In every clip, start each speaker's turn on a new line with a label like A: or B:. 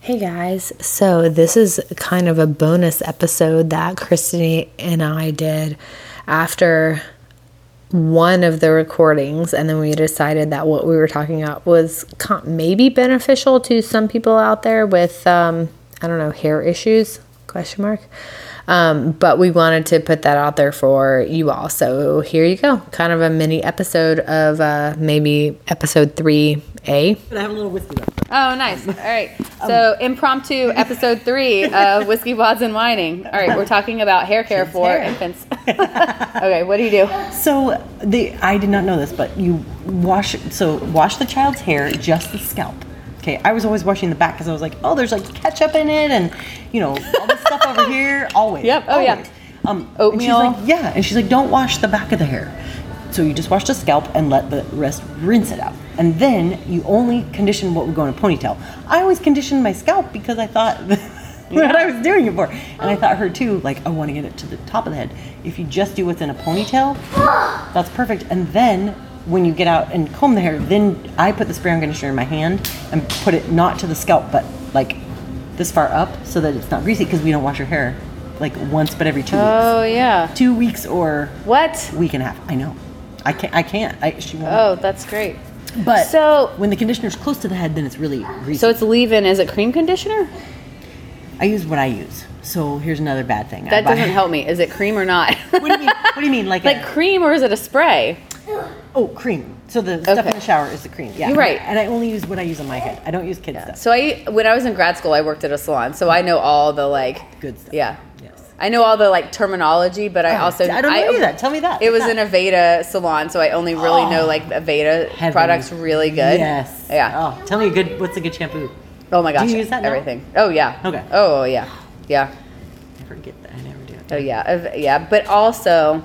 A: Hey guys, so this is kind of a bonus episode that Christy and I did after one of the recordings, and then we decided that what we were talking about was co- maybe beneficial to some people out there with, um, I don't know, hair issues? Question mark. Um, but we wanted to put that out there for you all. So here you go, kind of a mini episode of uh, maybe episode three A.
B: But I have a little whiskey left.
C: Oh, nice. All right.
B: Um,
C: So, impromptu episode three of Whiskey Wads and Whining. All right, we're talking about hair care for
B: hair.
C: infants. okay, what do you do?
B: So the I did not know this, but you wash so wash the child's hair, just the scalp. Okay, I was always washing the back because I was like, oh, there's like ketchup in it, and you know all this stuff over here. Always.
C: Yep, oh, yeah.
B: always. Um, and she's
C: Oatmeal.
B: like, yeah, and she's like, don't wash the back of the hair. So you just wash the scalp and let the rest rinse it out, and then you only condition what would go in a ponytail. I always conditioned my scalp because I thought. What I was doing it for, and I thought her too. Like I want to get it to the top of the head. If you just do what's in a ponytail, that's perfect. And then when you get out and comb the hair, then I put the spray on conditioner in my hand and put it not to the scalp, but like this far up, so that it's not greasy because we don't wash your hair like once, but every two
C: Oh, yeah.
B: weeks, two weeks or
C: What?
B: week and a half. I know. I can't. I can't. I she won't.
C: Oh, that's great.
B: but
C: so-
B: when the conditioner's close to the head, then it's really greasy.
C: So, it's leave in. Is it cream conditioner?
B: I use what I use. So here's another bad thing. I
C: That
B: buy-
C: doesn't help me. Is it cream or not?
B: What do you mean? What do you mean? Like,
C: like
B: a,
C: cream or is it a spray?
B: oh, cream. So the stuff
C: Okay.
B: in the shower is the cream. Yeah,
C: You're right.
B: And I only use what I use on my head. I don't use kids stuff.
C: So I when I was in grad school, I worked at a salon, so I know all the like
B: Good stuff.
C: Yeah.
B: Yes.
C: I know all the like terminology, but I
B: Oh,
C: also
B: I don't know any of that. Tell me that.
C: It was
B: What's
C: in a Veda salon, so I only really
B: Oh.
C: know like Aveda
B: Heaven.
C: products really good.
B: Yes.
C: Yeah.
B: Oh, tell me a good. What's a good shampoo?
C: Oh, my gosh.
B: Do you use that now?
C: Everything. Oh yeah.
B: Okay.
C: Oh yeah. Yeah.
B: I forget that. I never do it.
C: Oh yeah. Av- Yeah. But also,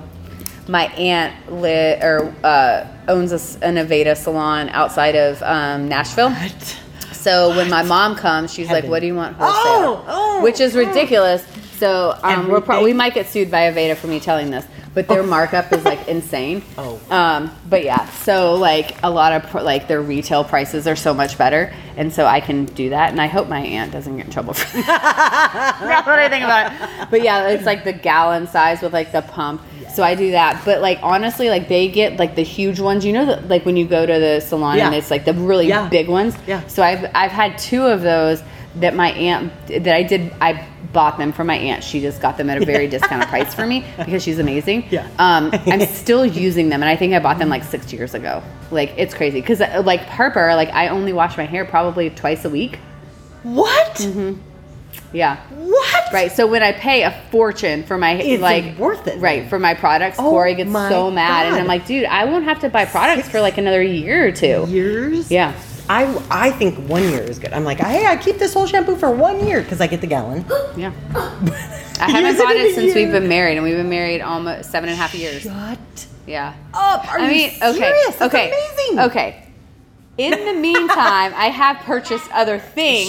C: my aunt li- or uh, owns a s an Aveda salon outside of um, Nashville.
B: What?
C: So when my mom comes, she's
B: Heaven.
C: like, "What do you want
B: Oh,
C: wholesale?"
B: oh,
C: Which is ridiculous. So um, we're pro-
B: Everything.
C: we might get sued by Aveda for me telling this, but their markup is like insane.
B: Oh.
C: Um, but yeah, so like a lot of pro- like their retail prices are so much better, and so I can do that, and I hope my aunt doesn't get in trouble for that. That's what I think about it. But yeah, it's like the gallon size with like the pump. So I do that, but like honestly, like they get like the huge ones. You know, the, like when you go to the salon and
B: Yeah.
C: it's like the really
B: Yeah.
C: big ones.
B: Yeah.
C: So I've I've had two of those that my aunt that I did I bought them for my aunt. She just got them at a very discounted price for me because she's amazing.
B: Yeah.
C: Um, I'm still using them, and I think I bought them like six years ago. Like it's crazy because like Harper, like I only wash my hair probably twice a week.
B: What?
C: Yeah.
B: What?
C: Mm-hmm. Right. So when I pay a fortune for my
B: It's
C: like
B: worth it,
C: Right,
B: then.
C: for my products,
B: Oh
C: Corey gets
B: my
C: so mad and
B: God.
C: I'm like, dude, I won't have to buy products for like another year or two.
B: Years?
C: Yeah.
B: I, I think one year is good. I'm like, hey, I keep this whole shampoo for one year because I get the gallon.
C: Yeah. I haven't
B: Use it
C: bought
B: in
C: it
B: a
C: since we've
B: year.
C: been married, and we've been married almost seven and a half years.
B: Shut
C: Yeah.
B: up. Are
C: I
B: you
C: mean,
B: serious?
C: okay,
B: That's
C: okay,
B: amazing.
C: Okay. In the meantime, I have purchased other things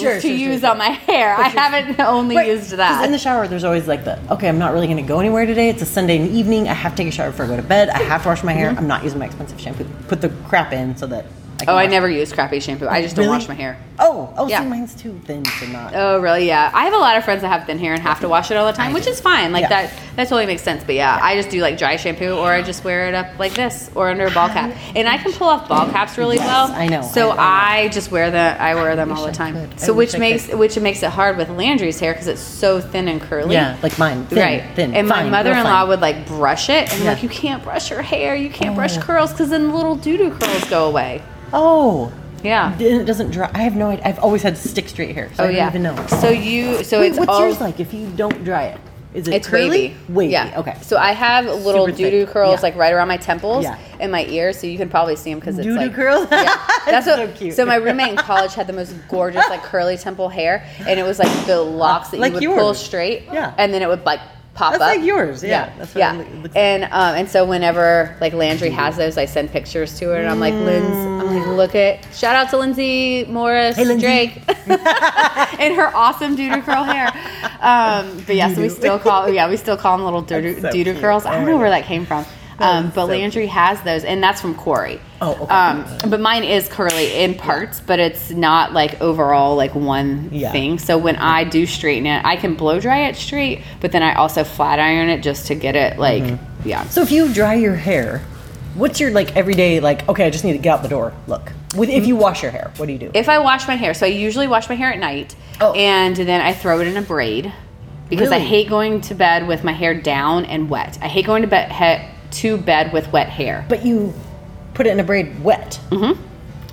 B: Sure,
C: to
B: sure, sure,
C: use
B: sure.
C: on my hair. I haven't only
B: Right,
C: used
B: 'cause
C: that.
B: In the shower, there's always like the okay, I'm not really going to go anywhere today. It's a Sunday evening. I have to take a shower before I go to bed. I have to wash my hair. I'm not using my expensive shampoo. Put the crap in so that. I can
C: Mm-hmm. oh, I
B: wash-
C: never use crappy shampoo. I just don't
B: Really?
C: wash my hair.
B: Oh, oh,
C: Yeah.
B: see, mine's too thin to not.
C: Oh, really? Yeah. I have a lot of friends that have thin hair and have to wash it all the time, which is fine. Like
B: Yeah.
C: that, that totally makes sense. But yeah, I just do like dry shampoo, or I just wear it up like this, or under a ball cap. And I can pull off ball caps really
B: Yes,
C: well.
B: I know,
C: So
B: I know.
C: I, just wear the I wear them all the time.
B: could. I
C: So
B: wish
C: which
B: I
C: makes
B: could.
C: which makes it hard with Landry's hair because it's so thin and curly.
B: yeah, like mine. Thin,
C: right.
B: Thin.
C: and
B: fine,
C: my
B: real
C: mother-in-law
B: fine.
C: would like brush it, and I'm
B: Yeah.
C: like you can't brush your hair, you can't brush curls because then the little doo doo curls go away.
B: Oh.
C: Yeah.
B: Then it doesn't dry. I have no idea. I've always had stick straight hair, so
C: Ah. oh
B: I don't
C: yeah.
B: even know.
C: So you so
B: Wait,
C: it's
B: what's
C: all
B: yours like if you don't dry it? Is it
C: It's
B: curly?
C: wavy.
B: Wavy.
C: Yeah.
B: Okay.
C: So I have little
B: Super
C: doo
B: thick.
C: doo curls
B: Yeah.
C: like right around my temples
B: Yeah.
C: and my ears, so you can probably see them because it's
B: Doo-doo
C: like
B: curls?
C: Yeah.
B: That's
C: That's what,
B: so cute.
C: So my roommate in college had the most gorgeous like curly temple hair, and it was like the locks that
B: Like
C: you would pull
B: yours.
C: straight,
B: Yeah.
C: and then it would like pop
B: That's
C: up.
B: like yours, yeah. That's what
C: yeah.
B: it loo- looks like.
C: and um, and so whenever like Landry has those, I send pictures to her, and I'm like, Lindsay, I'm like, look at shout out to Lindsay Morris
B: Mm. Hey, Lindsay.
C: Drake and her awesome doo doo curl hair. Um, but yeah, so we still call yeah we still call them little doo
B: That's so
C: doo
B: cute.
C: curls. I
B: Oh
C: don't
B: my
C: know where
B: God.
C: that came from. Um, but Landry has those, and that's from Corey.
B: Oh, okay.
C: Um, but mine is curly in parts, but it's not like overall like one
B: Yeah.
C: thing. So when I do straighten it, I can blow dry it straight, but then I also flat iron it just to get it like yeah.
B: So if you dry your hair, what's your like everyday like? Okay, I just need to get out the door. Look, with, if
C: Mm-hmm.
B: you wash your hair, what do you do?
C: If I wash my hair, so I usually wash my hair at night,
B: Oh.
C: and then I throw it in a braid because I
B: Really?
C: hate going to bed with my hair down and wet. I hate going to bed he- to bed with wet hair
B: but you put it in a braid wet. Mm-hmm. Okay.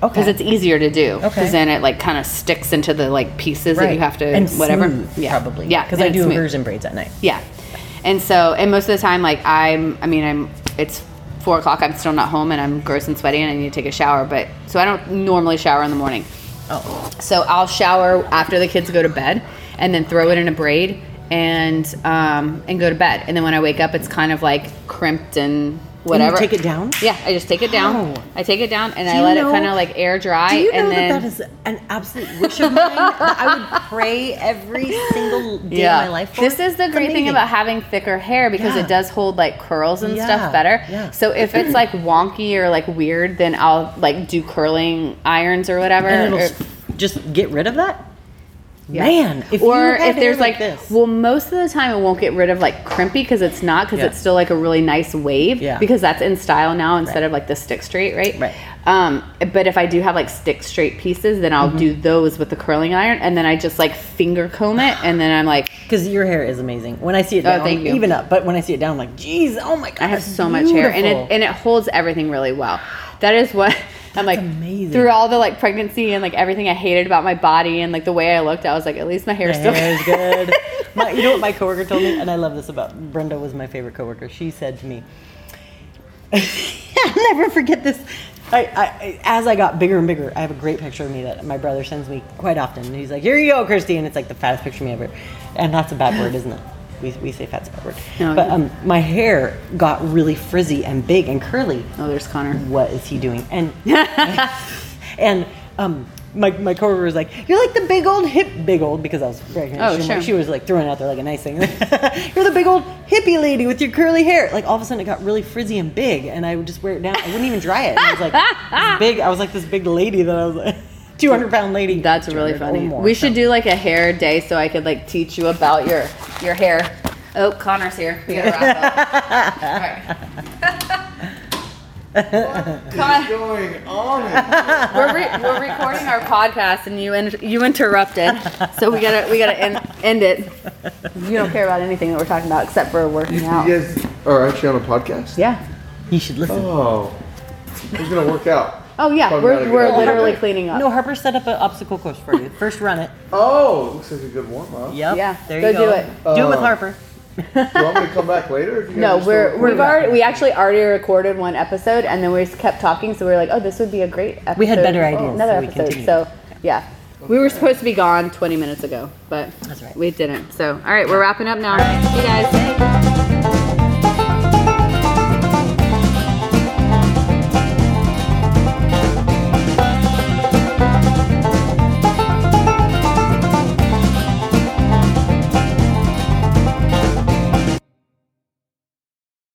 C: because it's easier to do. Because
B: Okay.
C: then it like kind of sticks into the like pieces that you have to
B: and
C: whatever.
B: smooth,
C: yeah,
B: probably.
C: Yeah,
B: Because
C: and
B: I
C: it's
B: do
C: smooth.
B: hers in braids at night.
C: Yeah, and so and most of the time, like I'm, I mean, I'm. It's four o'clock. I'm still not home, and I'm gross and sweaty, and I need to take a shower. But so I don't normally shower in the morning.
B: Oh,
C: So I'll shower after the kids go to bed, and then throw it in a braid and um, and go to bed. And then when I wake up, it's kind of like crimped and whatever.
B: take it down?
C: Yeah, I just take it down.
B: How?
C: I take it down and
B: Do
C: I
B: you
C: let
B: know-
C: it kind of like air dry.
B: do you know
C: and
B: that
C: then
B: that is an absolute wish of mine? that I would pray every single day of my life for.
C: This is the
B: It's
C: great
B: amazing.
C: thing about having thicker hair because
B: Yeah.
C: it does hold like curls and
B: Yeah,
C: stuff better.
B: yeah.
C: So if it's like wonky or like weird, then I'll like do curling irons or whatever.
B: And
C: or-
B: it'll s- just get rid of that.
C: yeah.
B: Man, if you
C: or
B: had
C: if
B: hair
C: there's
B: like
C: like,
B: this.
C: well, most of the time it won't get rid of like crimpy because it's not because
B: Yeah.
C: it's still like a really nice wave
B: Yeah.
C: because that's in style now instead of like the stick straight, right?
B: Right.
C: Um, but if I do have like stick straight pieces, then
B: Mm-hmm.
C: I'll do those with the curling iron and then I just like finger comb it and then I'm like,
B: Because your hair is amazing. When I see it
C: Oh,
B: down,
C: thank you.
B: even up, but when I see it down, I'm like, geez, oh my god,
C: I have
B: that's
C: so much hair, and
B: beautiful."
C: it and it holds everything really well. That is what I'm like
B: amazing.
C: through all the like pregnancy and like everything I hated about my body and like the way I looked. I was like, at least my hair is still.
B: My hair is good. My, you know what my coworker told me, and I love this about Brenda was my favorite coworker. She said to me, "I'll never forget this." I, I, I- as I got bigger and bigger, I have a great picture of me that my brother sends me quite often, and he's like, "Here you go, Christy," and it's like the fattest picture of me ever, and that's a bad word, isn't it? We, we say fat's a bad word,
C: No,
B: but
C: yeah.
B: um, my hair got really frizzy and big and curly
C: oh, there's Connor.
B: what is he doing? And and um, my my coworker was like, "You're like the big old hip, big old," because I was pregnant.
C: Oh,
B: she,
C: sure.
B: she was like throwing out there like a nice thing. You're the big old hippie lady with your curly hair. Like all of a sudden, it got really frizzy and big, and I would just wear it down. I wouldn't even dry it. And I was like this big. I was like this big lady that I was like. 200 pound lady.
C: That's really
B: 200 or
C: funny.
B: more,
C: We
B: so.
C: should do like a hair day so I could like teach you about your your hair. Oh, Connor's here. We gotta wrap up. All right. Connor,
D: going on?
C: we're, re- we're recording our podcast and you in- you interrupted, so we gotta we gotta end, end it. You don't care about anything that we're talking about except for working out.
D: You guys are actually on a podcast?
C: Yeah.
B: You should listen.
D: Oh. Who's gonna work out?
C: Oh yeah,
D: Probably not a
C: we're,
D: good
C: we're
D: idea.
C: literally cleaning up.
B: No, Harper set up an obstacle course for you. First, run it.
D: Oh, looks like a good warm up.
B: Yep.
C: Yeah,
B: There
C: go
B: you go.
C: do it.
B: Do it with
D: Uh,
B: Harper.
D: Do you want me to come back later? If you guys
C: No,
D: are still
C: we're
D: recording?
C: we've already we actually already recorded one episode and then we just kept talking, so we were like, oh, this would be a great episode. Oh,
B: We had better ideas,
C: Another
B: so we
C: episode.
B: continued.
C: so yeah, we were supposed to be gone 20 minutes ago, but
B: That's right.
C: we didn't. So all right, we're wrapping up now. See you guys.